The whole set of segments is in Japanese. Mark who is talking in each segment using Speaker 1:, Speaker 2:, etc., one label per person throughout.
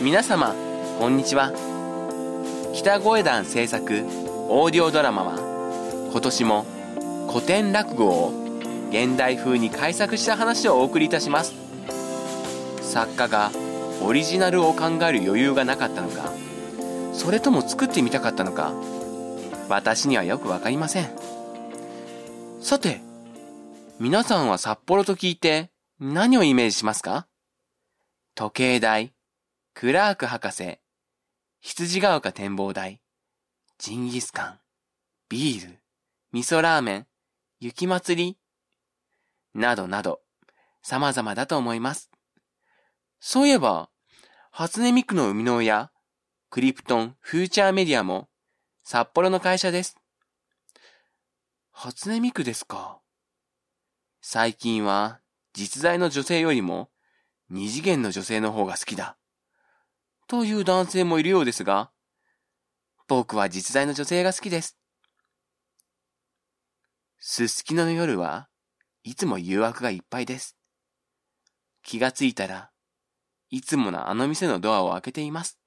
Speaker 1: 皆様こんにちは北声団制作オーディオドラマは今年も古典落語を現代風に改作した話をお送りいたします作家がオリジナルを考える余裕がなかったのかそれとも作ってみたかったのか私にはよくわかりませんさて皆さんは札幌と聞いて何をイメージしますか時計台、クラーク博士、羊ヶ丘展望台、ジンギスカン、ビール、味噌ラーメン、雪祭り、などなど、様々だと思います。そういえば、初音ミクの生みの親、クリプトンフューチャーメディアも、札幌の会社です。初音ミクですか。最近は、実在の女性よりも、二次元の女性の方が好きだ。という男性もいるようですが、僕は実在の女性が好きです。すすきのの夜はいつも誘惑がいっぱいです。気がついたらいつものあの店のドアを開けています。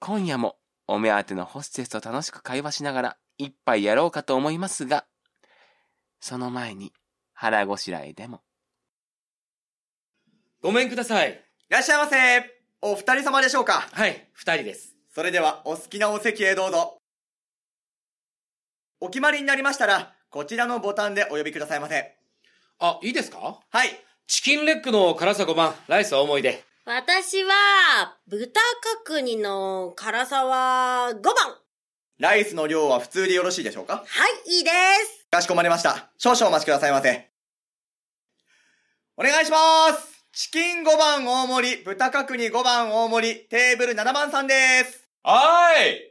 Speaker 1: 今夜もお目当てのホステスと楽しく会話しながら一杯やろうかと思いますが、その前に腹ごしらえでも。
Speaker 2: ごめんください。
Speaker 3: いらっしゃいませお二人様でしょうか
Speaker 2: はい、二人です。
Speaker 3: それではお好きなお席へどうぞ。お決まりになりましたら、こちらのボタンでお呼びくださいませ。
Speaker 2: あ、いいですか
Speaker 3: はい、
Speaker 2: チキンレッグの辛さ5番、ライスは思い出。
Speaker 4: 私は、豚角煮の辛さは5番。
Speaker 3: ライスの量は普通でよろしいでしょうか
Speaker 4: はい、いいです。
Speaker 3: かしこまりました。少々お待ちくださいませ。お願いしますチキン5番大盛り、豚角煮5番大盛り、テーブル7番さんです。
Speaker 2: はーい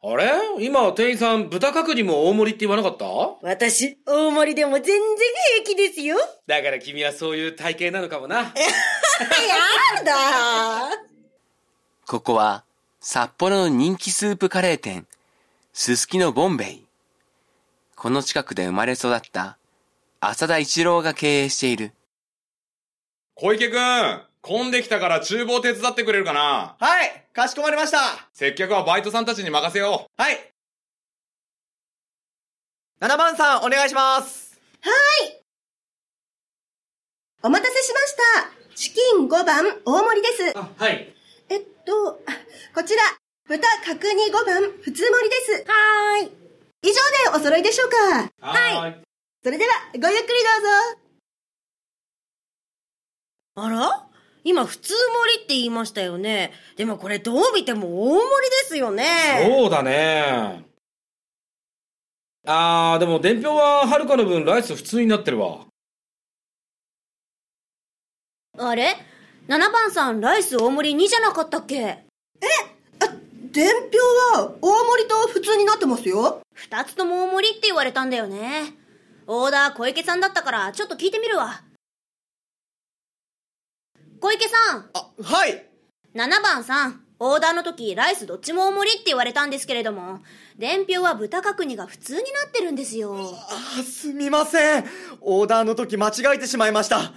Speaker 2: あれ今、店員さん、豚角煮も大盛りって言わなかった
Speaker 4: 私、大盛りでも全然平気ですよ。
Speaker 2: だから君はそういう体型なのかもな。
Speaker 4: やだ
Speaker 1: ここは札幌の人気スープカレー店、すすきのボンベイ。この近くで生まれ育った浅田一郎が経営している。
Speaker 5: 小池くん、混んできたから厨房手伝ってくれるかな
Speaker 3: はい、かしこまりました。
Speaker 5: 接客はバイトさんたちに任せよ
Speaker 3: はい。7番さんお願いします。
Speaker 6: お待たせしました。チキン5番大盛りです。
Speaker 2: あ、はい。
Speaker 6: えっと、あこちら、豚角煮5番普通盛りです。
Speaker 4: はーい。
Speaker 6: 以上でお揃いでしょうか
Speaker 2: はい。
Speaker 6: それでは、ごゆっくりどうぞ。
Speaker 4: あら今、普通盛りって言いましたよね。でもこれどう見ても大盛りですよね。
Speaker 2: そうだね。あー、でも伝票ははるかの分ライス普通になってるわ。
Speaker 4: あれ ?7 番さん、ライス大盛り2じゃなかったっけ
Speaker 6: 伝票は大盛りと普通になってますよ。
Speaker 4: 二つとも大盛りって言われたんだよね。オーダー小池さんだったから、ちょっと聞いてみるわ。小池さん、
Speaker 3: あ、はい。
Speaker 4: 7番さん、オーダーの時、ライスどっちも大盛りって言われたんですけれども、伝票は豚角煮が普通になってるんですよ。
Speaker 3: あすみません。オーダーの時間違えてしまいました。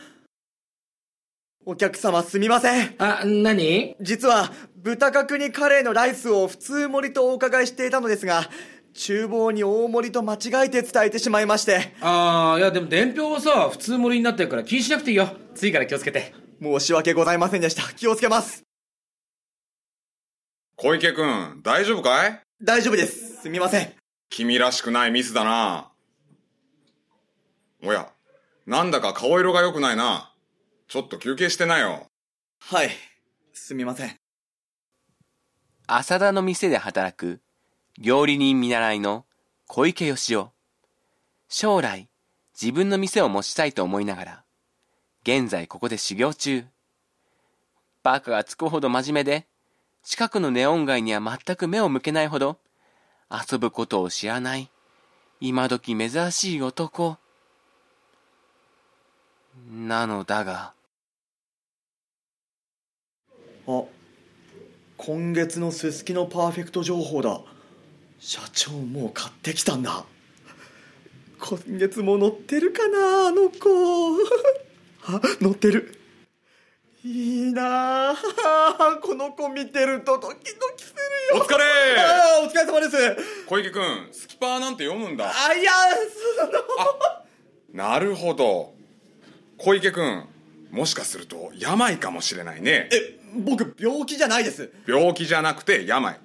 Speaker 3: お客様すみません。
Speaker 2: あ、何
Speaker 3: 実は、豚角煮カレーのライスを普通盛りとお伺いしていたのですが、厨房に大盛りと間違えて伝えてしまいまして、
Speaker 2: あー、いやでも伝票はさ、普通盛りになってるから気にしなくていいよ。次から気をつけて。
Speaker 3: 申し訳ございませんでした。気をつけます。
Speaker 5: う。小池くん、大丈夫かい
Speaker 3: 大丈夫です。すみません。
Speaker 5: 君らしくないミスだな。おや、なんだか顔色が良くないな。ちょっと休憩してなよ。
Speaker 3: はい。すみません。
Speaker 1: 浅田の店で働く料理人見習いの小池義雄。将来自分の店を持ちたいと思いながら、現在ここで修行中。バカがつくほど真面目で、近くのネオン街には全く目を向けないほど、遊ぶことを知らない、今時珍しい男。なのだが、
Speaker 3: あ、今月のすすきのパーフェクト情報だ。社長もう買ってきたんだ。今 月も乗ってるかな、あの子。あ、乗ってる。いいなあ この子見てるとドキドキする
Speaker 5: お
Speaker 3: よ
Speaker 5: 疲 れ
Speaker 3: ああお疲れ様です
Speaker 5: 小池くん、スキパーなんて読むんだ。
Speaker 3: あいやその
Speaker 5: なるほど。小池くん、もしかすると病かもしれないね。
Speaker 3: え僕病気じゃないです
Speaker 5: 病気じゃなくて病。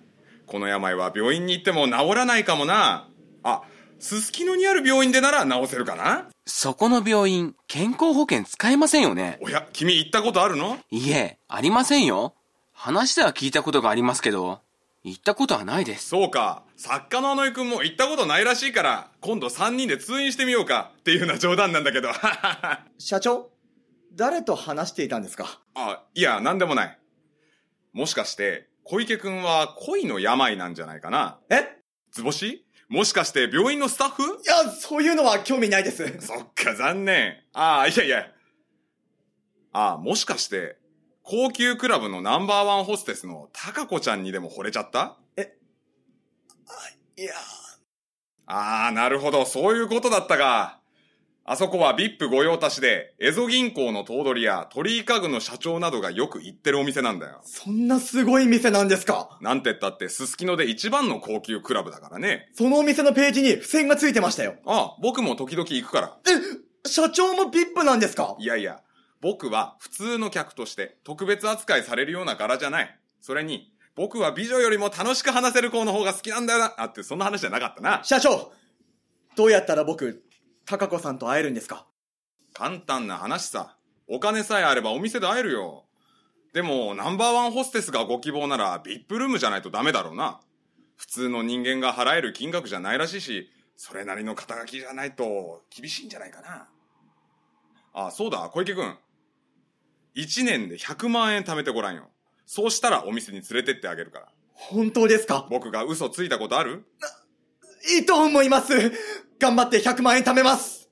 Speaker 5: この病は病院に行っても治らないかもな。あ、すすきのにある病院でなら治せるかな
Speaker 1: そこの病院、健康保険使えませんよね
Speaker 5: おや、君行ったことあるの
Speaker 1: いえ、ありませんよ。話では聞いたことがありますけど、行ったことはないです。
Speaker 5: そうか、作家のあのいくんも行ったことないらしいから、今度3人で通院してみようかっていうような冗談なんだけど。
Speaker 3: 社長誰と話していたんですか
Speaker 5: あ、いや、なんでもない。もしかして、小池くんは恋の病なんじゃないかな
Speaker 3: え
Speaker 5: 図星もしかして病院のスタッフ
Speaker 3: いやそういうのは興味ないです
Speaker 5: そっか、残念。ああ、いやいや。ああ、もしかして、高級クラブのナンバーワンホステスのタカコちゃんにでも惚れちゃった
Speaker 3: いや
Speaker 5: ああ、なるほど、そういうことだったか。あそこは VIP 御用達で、エゾ銀行の頭取や鳥居家具の社長などがよく行ってるお店なんだよ。
Speaker 3: そんなすごい店なんですか
Speaker 5: なんてったって、すすきので一番の高級クラブだからね。
Speaker 3: そのお店のページに付箋がついてましたよ
Speaker 5: ああ、僕も時々行くから。
Speaker 3: 社長も VIP なんですか
Speaker 5: いやいや、僕は普通の客として特別扱いされるような柄じゃない。それに、僕は美女よりも楽しく話せる子の方が好きなんだよな。あって、そんな話じゃなかったな。
Speaker 3: 社長どうやったら僕高子さんと会えるんですか
Speaker 5: 簡単な話さ。お金さえあればお店で会えるよ。でも、ナンバーワンホステスがご希望なら、VIP ルームじゃないとダメだろうな。普通の人間が払える金額じゃないらしいし、それなりの肩書きじゃないと、厳しいんじゃないかな。あ、そうだ、小池くん。1年で100万円貯めてごらんよ。そうしたらお店に連れてってあげるから。
Speaker 3: 本当ですか
Speaker 5: 僕が嘘ついたことある
Speaker 3: いいと思います頑張って100万円貯めます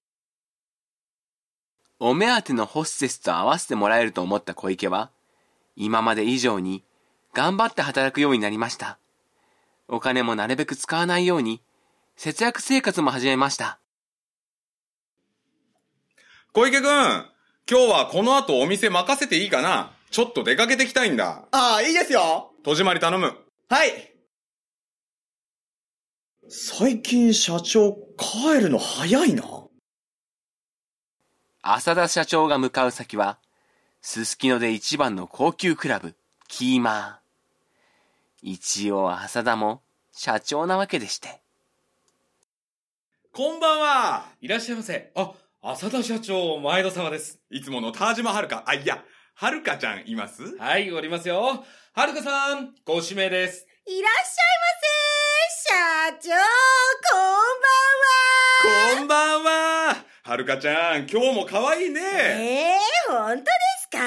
Speaker 1: お目当てのホステスと合わせてもらえると思った小池は、今まで以上に頑張って働くようになりました。お金もなるべく使わないように、節約生活も始めました。
Speaker 5: 小池くん、今日はこの後お店任せていいかなちょっと出かけてきたいんだ。
Speaker 3: ああ、いいですよ
Speaker 5: 戸締まり頼む。
Speaker 3: はい最近社長帰るの早いな。
Speaker 1: 浅田社長が向かう先は、すすきので一番の高級クラブ、キーマー。一応浅田も社長なわけでして。
Speaker 5: こんばんは。
Speaker 2: いらっしゃいませ。あ、浅田社長、前田様です。
Speaker 5: いつもの田島はるか。あ、いや、はるかちゃんいます
Speaker 2: はい、おりますよ。はるかさん、ご指名です。
Speaker 6: いらっしゃいませ社長、こんばんは
Speaker 5: こんばんは。はるかちゃん、今日も可愛いね。
Speaker 6: ええ本当ですか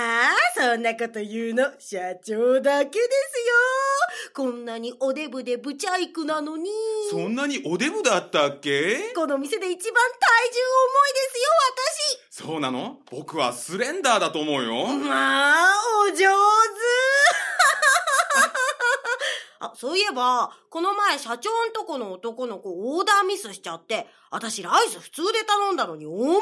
Speaker 6: そんなこと言うの、社長だけですよ。こんなにおデブでブチャイクなのに。
Speaker 5: そんなにおデブだったっけ
Speaker 6: この店で一番体重重いですよ、
Speaker 5: そうなの僕はスレンダーだと思う
Speaker 6: 私。
Speaker 5: よ。
Speaker 6: まあ、お上手。 あ、そういえば、この前社長んとこの男の子オーダーミスしちゃって、私ライス普通で頼んだのに大盛りにな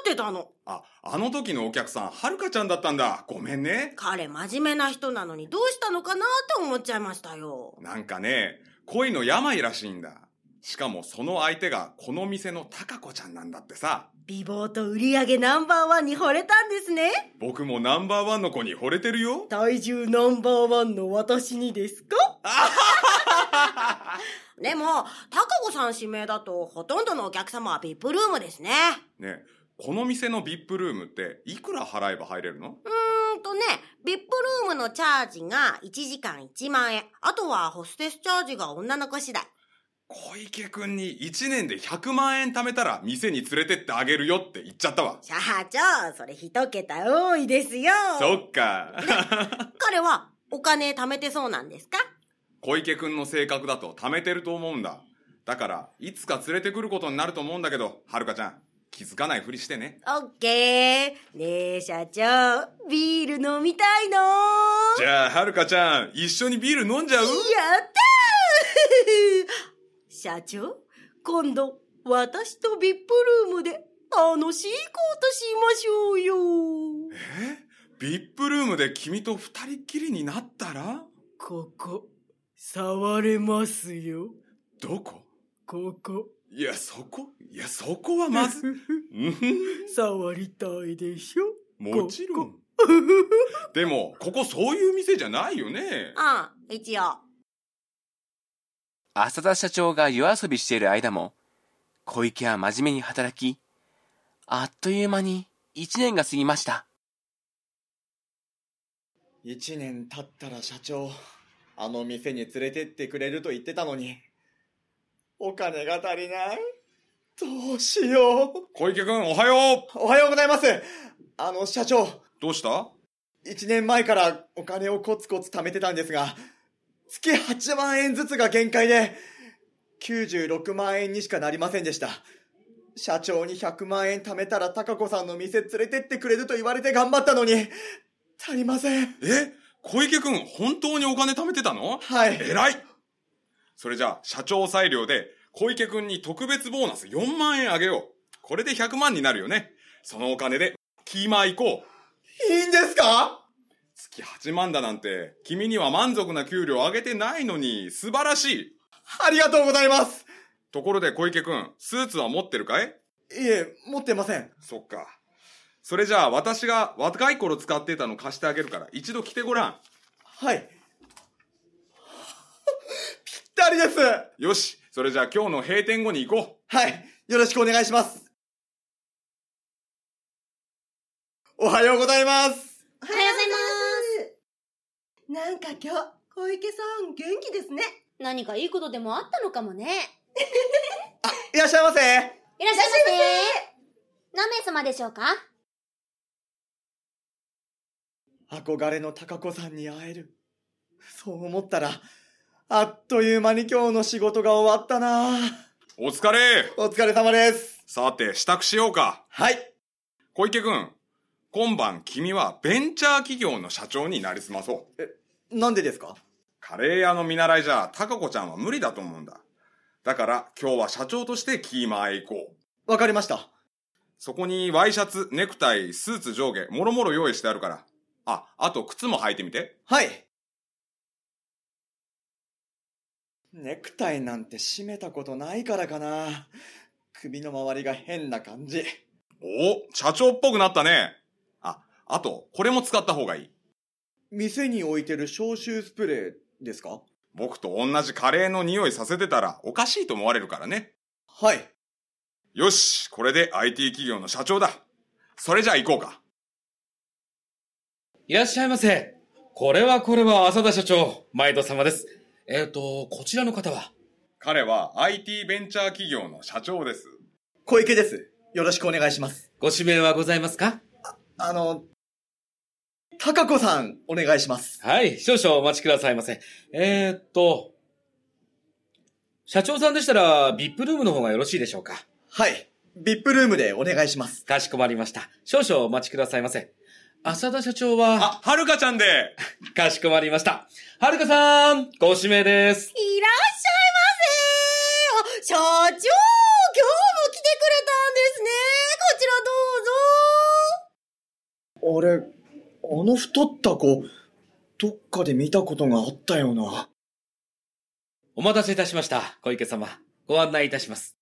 Speaker 6: ってたの。
Speaker 5: あ、あの時のお客さん、はるかちゃんだったんだ。ごめんね。
Speaker 6: 彼真面目な人なのにどうしたのかなって思っちゃいましたよ。
Speaker 5: なんかね、恋の病らしいんだ。しかもその相手がこの店のたかこちゃんなんだってさ。
Speaker 6: 美貌と売り上げナンバーワンに惚れたんですね。
Speaker 5: 僕もナンバーワンの子に惚れてるよ。
Speaker 6: 体重ナンバーワンの私にですか でも、高子さん指名だと、ほとんどのお客様は VIP ルームですね。
Speaker 5: ねえこの店の VIP ルームっていくら払えば入れるの
Speaker 6: うーんとね、VIP ルームのチャージが1時間1万円。あとはホステスチャージが女の子次第。
Speaker 5: 小池くんに1年で100万円貯めたら店に連れてってあげるよって言っちゃったわ。
Speaker 6: 社長、それ一桁多いですよ。
Speaker 5: そっか。
Speaker 6: 彼はお金貯めてそうなんですか
Speaker 5: 小池くんの性格だと貯めてると思うんだ。だから、いつか連れてくることになると思うんだけど、はるかちゃん、気づかないふりしてね。
Speaker 6: オッケー。ねえ、社長、ビール飲みたいの
Speaker 5: じゃあ、はるかちゃん、一緒にビール飲んじゃう
Speaker 6: やったー 社長、今度、私とビップルームで楽しいことしましょうよ。
Speaker 5: VIP ルームで君と二人っきりになったら
Speaker 7: ここ、触れますよ。
Speaker 5: どこ
Speaker 7: ここ、
Speaker 5: いや、そこいや、そこはまず、うん
Speaker 7: 触りたいでしょ
Speaker 5: もちろん。 でも、ここそういう店じゃないよね。
Speaker 6: ああ、一応。
Speaker 1: 浅田社長が夜遊びしている間も、小池は真面目に働き、あっという間に1年が過ぎました。
Speaker 3: 一年経ったら社長、あの店に連れてってくれると言ってたのに、お金が足りないどうしよう。
Speaker 5: 小池くん、おはよう
Speaker 3: おはようございます。あの、社長、
Speaker 5: どうした
Speaker 3: 一年前からお金をコツコツ貯めてたんですが、月8万円ずつが限界で、96万円にしかなりませんでした。社長に100万円貯めたら高子さんの店連れてってくれると言われて頑張ったのに、足りません。
Speaker 5: え小池くん、本当にお金貯めてたの
Speaker 3: はい。
Speaker 5: 偉いそれじゃあ、社長裁量で、小池くんに特別ボーナス4万円あげよう。これで100万になるよね。そのお金で、キーマ行こう。
Speaker 3: いいんですか
Speaker 5: 月8万だなんて、君には満足な給料上げてないのに、素晴らしい。
Speaker 3: ありがとうございます。
Speaker 5: ところで小池くん、スーツは持ってるかい
Speaker 3: いえ、持ってません。
Speaker 5: そっか。それじゃあ、私が若い頃使ってたの貸してあげるから、一度着てごらん。
Speaker 3: はい。 ぴったりです。
Speaker 5: よし、それじゃあ今日の閉店後に行こ
Speaker 3: はい。よろしくお願いします。おはようございます。
Speaker 6: おはようございます。
Speaker 8: なんか今日、小池さん元気ですね。
Speaker 4: 何かいいことでもあったのかもね。
Speaker 3: いらっしゃいませ。
Speaker 4: いらっしゃいませ何名様でしょうか
Speaker 3: 憧れの高子さんに会える。そう思ったら、あっという間に今日の仕事が終わったな
Speaker 5: う。お疲れ
Speaker 3: お疲れ様です。
Speaker 5: さて、支度しようか。
Speaker 3: はい。
Speaker 5: 小池くん、今晩君はベンチャー企業の社長になりすまそう。
Speaker 3: なんでですか
Speaker 5: カレー屋の見習いじゃ、タカ子ちゃんは無理だと思うんだ。だから、今日は社長としてキーマーへ行こう。
Speaker 3: わかりました。
Speaker 5: そこにワイシャツ、ネクタイ、スーツ上下、もろもろ用意してあるから。あ、あと靴も履いてみて。
Speaker 3: はい。ネクタイなんて締めたことないからかな。首の周りが変な感じ。
Speaker 5: お社長っぽくなったね。あ、あと、これも使った方がいい。
Speaker 3: 店に置いてる消臭スプレーですか
Speaker 5: 僕と同じカレーの匂いさせてたら、おかしいと思われるからね。
Speaker 3: はい。
Speaker 5: よし、これで IT 企業の社長だ。それじゃあ行こうか。
Speaker 2: いらっしゃいませ。これはこれは浅田社長、毎度様です。えっ、と、こちらの方は
Speaker 5: 彼は IT ベンチャー企業の社長です。
Speaker 3: 小池です。よろしくお願いします。
Speaker 2: ご指名はございますか
Speaker 3: あの、高子さん、お願いします。
Speaker 2: はい、少々お待ちくださいませ。えっ、と、社長さんでしたら、VIP ルームの方がよろしいでしょうか
Speaker 3: はい。VIP ルームでお願いします。
Speaker 2: かしこまりました。少々お待ちくださいませ。浅田社長は、
Speaker 5: あ、はるかちゃんで
Speaker 2: かしこまりました。はるかさん、ご指名です。
Speaker 6: いらっしゃいませあ、社長今日も来てくれたんですねこちらどうぞ
Speaker 3: あれ、あの太った子、どっかで見たことがあったよな。
Speaker 2: お待たせいたしました、小池様。ご案内いたします。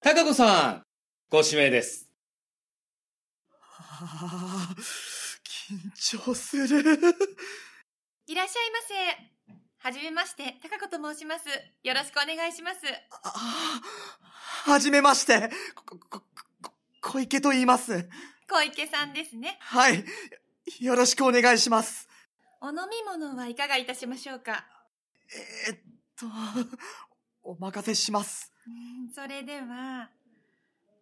Speaker 2: 高子さん、ご指名です。
Speaker 3: ああ、緊張する。
Speaker 9: いらっしゃいませ。はじめまして、高子と申します。よろしくお願いします。
Speaker 3: あはじめまして、こ、こ、こ、小池と言います。
Speaker 9: 小池さんですね。
Speaker 3: はい。よろしくお願いします。
Speaker 9: お飲み物はいかがいたしましょうか
Speaker 3: えーっと、お任せします。
Speaker 9: うんそれでは、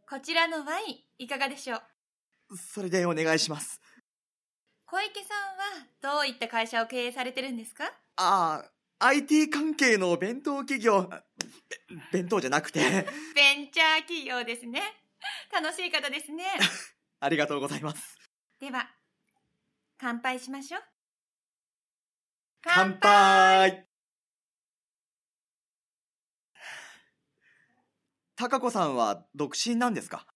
Speaker 9: こちらのワイン、いかがでしょう
Speaker 3: それでお願いします。
Speaker 9: 小池さんは、どういった会社を経営されてるんですか
Speaker 3: ああ、IT 関係の弁当企業、べ弁当じゃなくて、
Speaker 9: ベンチャー企業ですね。楽しい方です ね。
Speaker 3: ありがとうございます。
Speaker 9: では、乾杯しましょう。
Speaker 3: 乾杯高子さんは独身なんですか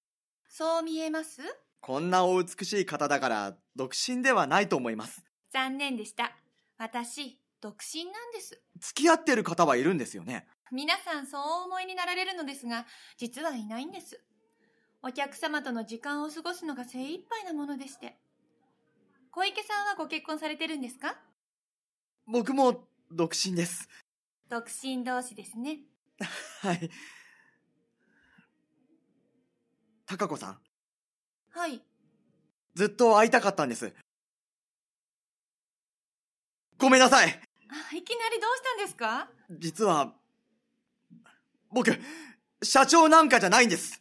Speaker 9: そう見えます
Speaker 3: こんなお美しい方だから、独身ではないと思います。
Speaker 9: 残念でした。私、独身なんです。
Speaker 3: 付き合ってる方はいるんですよね。
Speaker 9: 皆さんそうお思いになられるのですが、実はいないんです。お客様との時間を過ごすのが精一杯なものでして。小池さんはご結婚されてるんですか
Speaker 3: 僕も、独身です。
Speaker 9: 独身同士ですね。
Speaker 3: はい。高子さん、
Speaker 9: はい。
Speaker 3: ずっと会いたかったんです。ごめんなさい
Speaker 9: あいきなりどうしたんですか
Speaker 3: 実は、僕、社長なんかじゃないんです。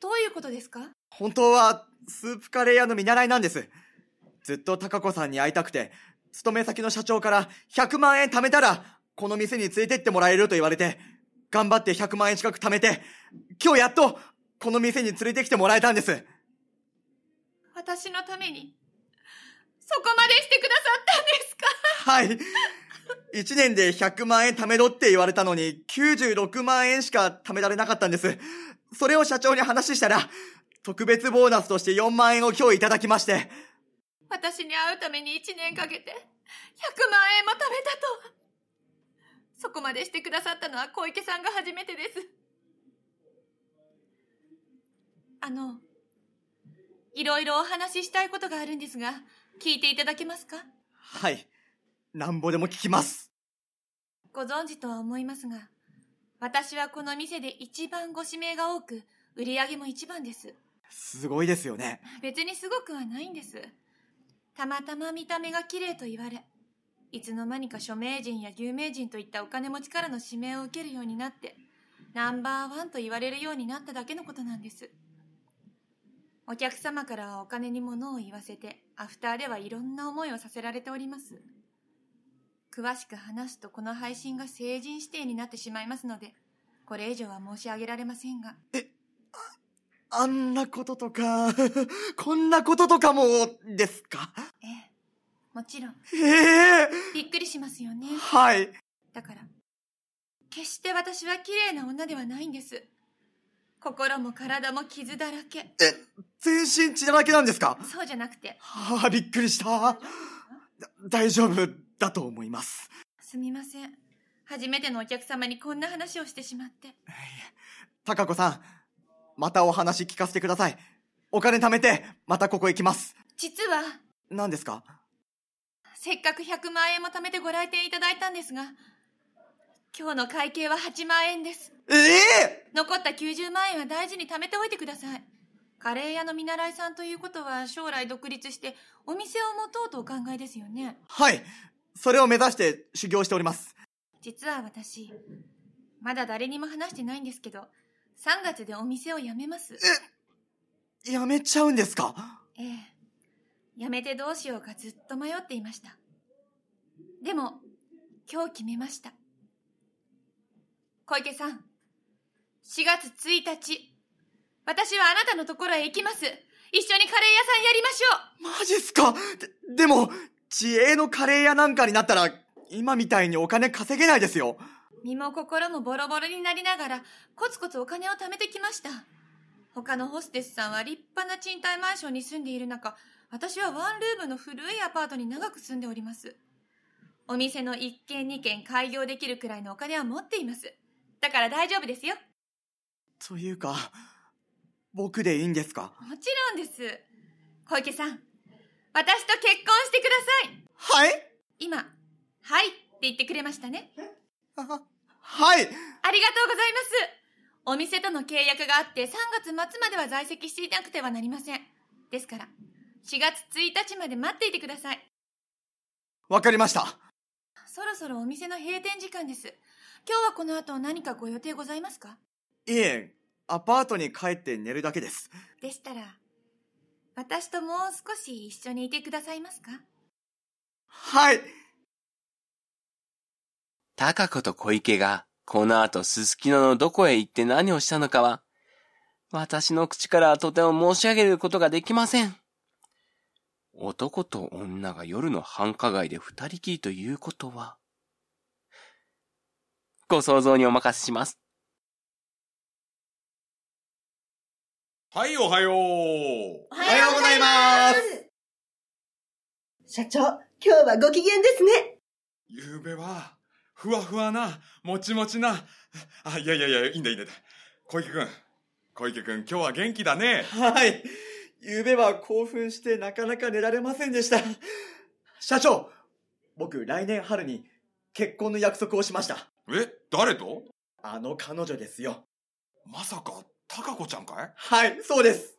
Speaker 9: どういうことですか
Speaker 3: 本当は、スープカレー屋の見習いなんです。ずっと高子さんに会いたくて、勤め先の社長から100万円貯めたら、この店に連れてってもらえると言われて、頑張って100万円近く貯めて、今日やっと、この店に連れてきてもらえたんです。
Speaker 9: 私のために、そこまでしてくださったんです
Speaker 3: は
Speaker 9: か
Speaker 3: い。1年で100万円貯めろって言われたのに、96万円しか貯められなかったんです。それを社長に話したら、特別ボーナスとして4万円を今日いただきまして、
Speaker 9: 私に会うために1年かけて、100万円も貯めたと。そこまでしてくださったのは小池さんが初めてです。あの、いろいろお話ししたいことがあるんですが、聞いていただけますか
Speaker 3: はい。なんぼでも聞きます。
Speaker 9: ご存知とは思いますが、私はこの店で一番ご指名が多く、売り上げも一番です。
Speaker 3: すごいですよね。
Speaker 9: 別にすごくはないんですたまたま見た目が綺麗と言われいつの間にか著名人や有名人といったお金持ちからの指名を受けるようになってナンバーワンと言われるようになっただけのことなんですお客様からはお金に物を言わせてアフターではいろんな思いをさせられております詳しく話すとこの配信が成人指定になってしまいますのでこれ以上は申し上げられませんが
Speaker 3: あんなこととか、 こんなこととかも、ですか
Speaker 9: ええもちろん
Speaker 3: へえ
Speaker 9: びっくりしますよね
Speaker 3: はい。
Speaker 9: だから決して私は綺麗な女ではないんです心も体も傷だらけ
Speaker 3: 全身血だらけなんですか
Speaker 9: そうじゃなくて
Speaker 3: はあ、びっくりした。だ大丈夫だと思います。
Speaker 9: すみません初めてのお客様にこんな話をしてしまって
Speaker 3: 高子さん、またお話聞かせてください。お金貯めて、またここへ来ます。
Speaker 9: 実は
Speaker 3: 何ですか
Speaker 9: せっかく100万円も貯めてご来店いただいたんですが今日の会計は8万円です
Speaker 3: ええ
Speaker 9: 残った90万円は大事に貯めておいてくださいカレー屋の見習いさんということは将来独立してお店を持とうとお考えですよね
Speaker 3: はい。それを目指して修行しております。
Speaker 9: 実は私まだ誰にも話してないんですけど3月でお店を辞めます
Speaker 3: やめちゃうんですか
Speaker 9: ええ辞めてどうしようかずっと迷っていましたでも今日決めました小池さん4月1日私はあなたのところへ行きます一緒にカレー屋さんやりましょう
Speaker 3: マジっすかで、でも、自営のカレー屋なんかになったら、今みたいにお金稼げないですよ。
Speaker 9: 身も心もボロボロになりながらコツコツお金を貯めてきました他のホステスさんは立派な賃貸マンションに住んでいる中私はワンルームの古いアパートに長く住んでおりますお店の1軒2軒開業できるくらいのお金は持っていますだから大丈夫ですよ
Speaker 3: というか、僕でいいんですか
Speaker 9: もちろんです小池さん私と結婚してください
Speaker 3: はい
Speaker 9: 今「はい」って言ってくれましたね
Speaker 3: あはい
Speaker 9: ありがとうございます。お店との契約があって3月末までは在籍していなくてはなりません。ですから、4月1日まで待っていてください。
Speaker 3: わかりました。
Speaker 9: そろそろお店の閉店時間です。今日はこの後何かご予定ございますか
Speaker 3: いえ、アパートに帰って寝るだけです。
Speaker 9: でしたら、私ともう少し一緒にいてくださいますか
Speaker 3: はい
Speaker 1: 高子と小池が、この後、すすきののどこへ行って何をしたのかは、私の口からはとても申し上げることができません。男と女が夜の繁華街で二人きりということは、ご想像にお任せします。
Speaker 5: はい、おはよう。
Speaker 4: お
Speaker 8: おす社長、今日はご機嫌ですね。
Speaker 5: ゆうべは、ふわふわな、もちもちな、あ、いやいやいや、いいんだいいんだ。いいんだ小池くん。小池くん、今日は元気だね。
Speaker 3: はい。昨夜は興奮してなかなか寝られませんでした。社長、僕来年春に結婚の約束をしました。
Speaker 5: え、誰と
Speaker 3: あの彼女ですよ。
Speaker 5: まさか、たかこちゃんかい
Speaker 3: はい、そうです。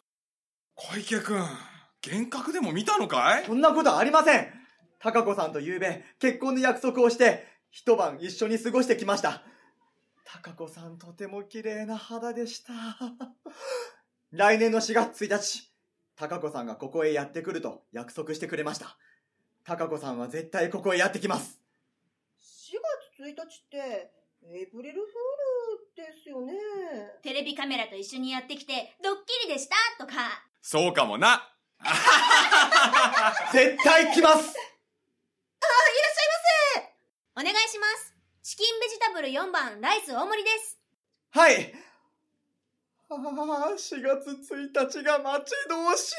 Speaker 5: 小池くん、幻覚でも見たのかい
Speaker 3: そんなことありません。高子さんと昨夜、結婚の約束をして、一晩一緒に過ごしてきました。高子さんとても綺麗な肌でした。来年の4月1日、高子さんがここへやってくると約束してくれました。高子さんは絶対ここへやってきます。
Speaker 8: 4月1日って、エイプリルフールですよね。
Speaker 4: テレビカメラと一緒にやってきて、ドッキリでしたとか。
Speaker 5: そうかもな。
Speaker 3: 絶対来ます
Speaker 4: お願いします。チキンベジタブル4番、ライス大盛りです。
Speaker 3: はいああ、4月1日が待ち遠し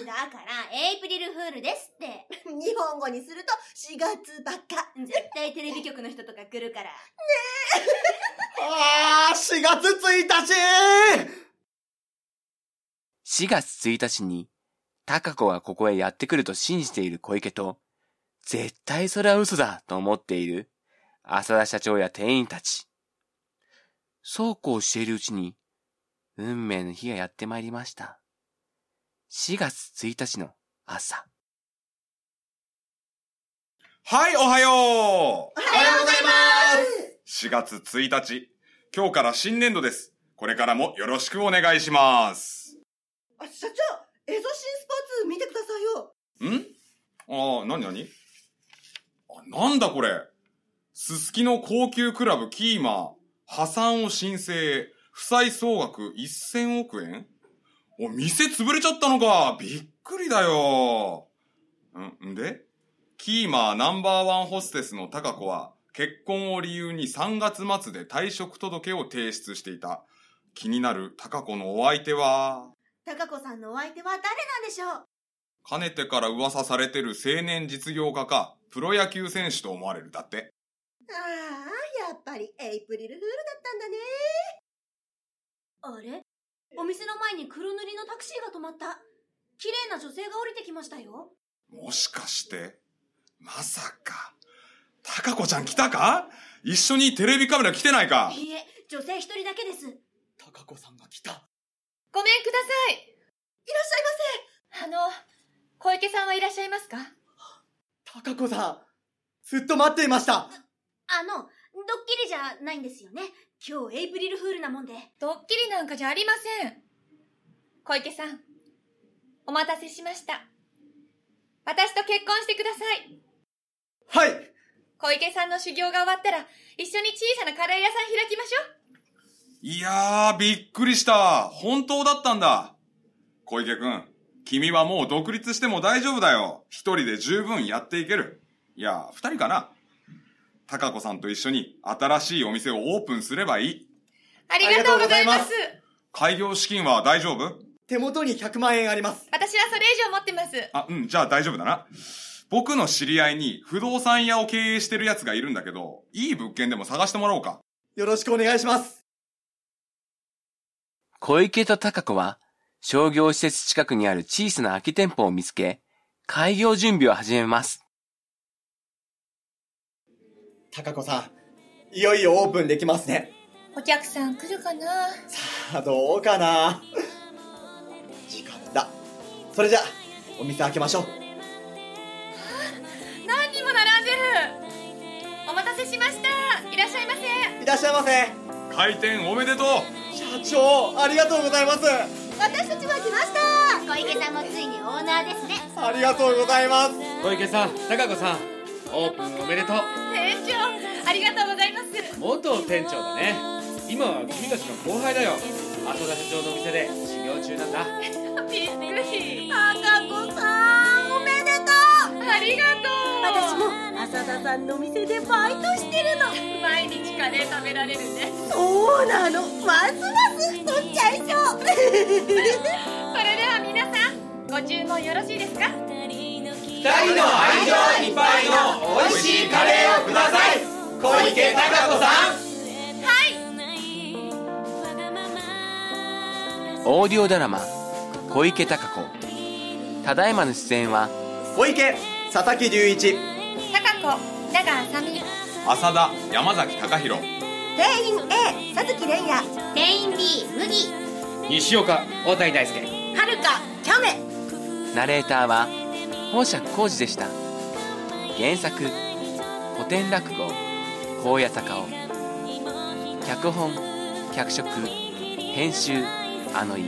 Speaker 3: い
Speaker 4: だから、エイプリルフールですって。
Speaker 8: 日本語にすると4月ばっか。
Speaker 4: 絶対テレビ局の人とか来るから。
Speaker 3: ああ、4月1日
Speaker 1: 4月1日に、高子がここへやってくると信じている小池と、絶対それは嘘だと思っている、浅田社長や店員たち。そうこうしているうちに、運命の日がやってまいりました。4月1日の朝。
Speaker 5: はい、おはよう。
Speaker 8: おはようございます
Speaker 5: 4月1日、今日から新年度です。これからもよろしくお願いします。
Speaker 8: あ社長、エゾシンスポーツ見てくださいよ。
Speaker 5: んああ、なになにあ、なんだこれ。すすきの高級クラブキーマー、破産を申請、負債総額1000億円お、店潰れちゃったのか。びっくりだよ。ん、んでキーマーナンバーワンホステスの高子は、結婚を理由に3月末で退職届を提出していた。気になる高子のお相手は、
Speaker 4: 高子さんのお相手は誰なんでしょう
Speaker 5: かねてから噂されてる青年実業家か、プロ野球選手と思われるだって。
Speaker 8: ああ、やっぱりエイプリルフールだったんだね。
Speaker 4: あれお店の前に黒塗りのタクシーが止まった。綺麗な女性が降りてきましたよ。
Speaker 5: もしかして、まさか、たかこちゃん来たか一緒にテレビカメラ来てないか
Speaker 4: いいえ、女性一人だけです。いらっし
Speaker 3: 高子さんが来た。
Speaker 9: ごめんくださいあの、小池さんはいらっしゃいますか
Speaker 3: 高子さん、ずっと待っていました。
Speaker 4: ゃいませんあの、ドッキリじゃないんですよね。今日エイプリルフールなもんで。
Speaker 9: ドッキリなんかじゃありません。小池さん、お待たせしました。私と結婚してください。
Speaker 3: はい
Speaker 9: 小池さんの修行が終わったら、一緒に小さなカレー屋さん開きましょう。
Speaker 5: いやー、びっくりした。本当だったんだ。小池くん、君はもう独立しても大丈夫だよ。一人で十分やっていける。いや、二人かな。たかこさんと一緒に新しいお店をオープンすればいい。
Speaker 9: ありがとうございます。
Speaker 3: あり
Speaker 5: 開業資金は大丈夫
Speaker 3: 手元に100万円あります。
Speaker 9: 私はそれ以上持ってます。
Speaker 5: あ、うん、じゃあ大丈夫だな。僕の知り合いに不動産屋を経営してる奴がいるんだけど、いい物件でも探してもらおうか。
Speaker 3: よろしくお願いします。
Speaker 1: 小池と高子は、商業施設近くにある小さな空き店舗を見つけ、開業準備を始めます。
Speaker 3: 高子さん、いよいよオープンできますね。
Speaker 9: お客さん来るかな
Speaker 3: さあ、どうかな時間だ。それじゃあ、お店開けましょう。
Speaker 9: 何人も並んでる。お待たせしました。いらっしゃいませ。
Speaker 3: いらっしゃいませ。
Speaker 5: 開店おめでとう
Speaker 3: 社長、ありがとうございます。
Speaker 4: 私たちも来ました小池さんもついにオーナーですね。
Speaker 3: ありがとうございます。
Speaker 2: 小池さん、高子さん、オープンおめでとう。
Speaker 9: 店長、ありがとうございます。
Speaker 2: 元店長だね。今は君たちの後輩だよ。浅田社長のお店で修行中なんだ。
Speaker 9: びっくり。
Speaker 8: 高子さん、おめでとう
Speaker 9: ありがとう。
Speaker 4: 私も
Speaker 8: 浅田さん
Speaker 10: さんの店でバイトしてるの
Speaker 9: 毎日カレー食べられるね
Speaker 10: そうなのますます太っちゃいそうそれで
Speaker 9: は皆さんご注文よろしいですか
Speaker 11: 二人の愛情いっぱいの美味しいカレーをください小池孝子さん
Speaker 1: オーディオドラマ「小池孝子」ただいまの出演は
Speaker 3: 小池佐々木隆一
Speaker 9: 高子長あさみ
Speaker 5: 浅田山崎隆弘
Speaker 12: 店員 A 佐月蓮也
Speaker 4: 店員 B 麦
Speaker 2: 西岡大谷大輔
Speaker 6: はるかキャメ
Speaker 1: ナレーターは本釈浩二でした原作古典落語「高野坂を」脚本脚色編集あのい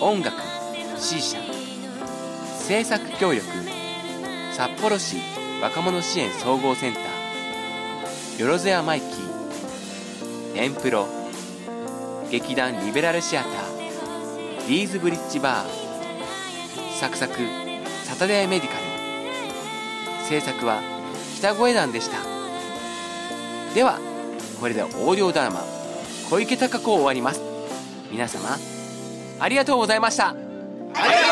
Speaker 1: 音楽 C 社制作協力札幌市若者支援総合センターよろずやマイキーエンプロ劇団リベラルシアターリーズブリッジバーサクサクサタデーメディカル制作は北声団でしたではこれでオーディオドラマ「小池隆子」を終わります皆様ありがとうございました
Speaker 11: ありがとうございまし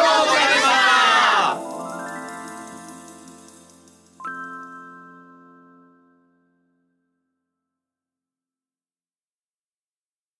Speaker 11: た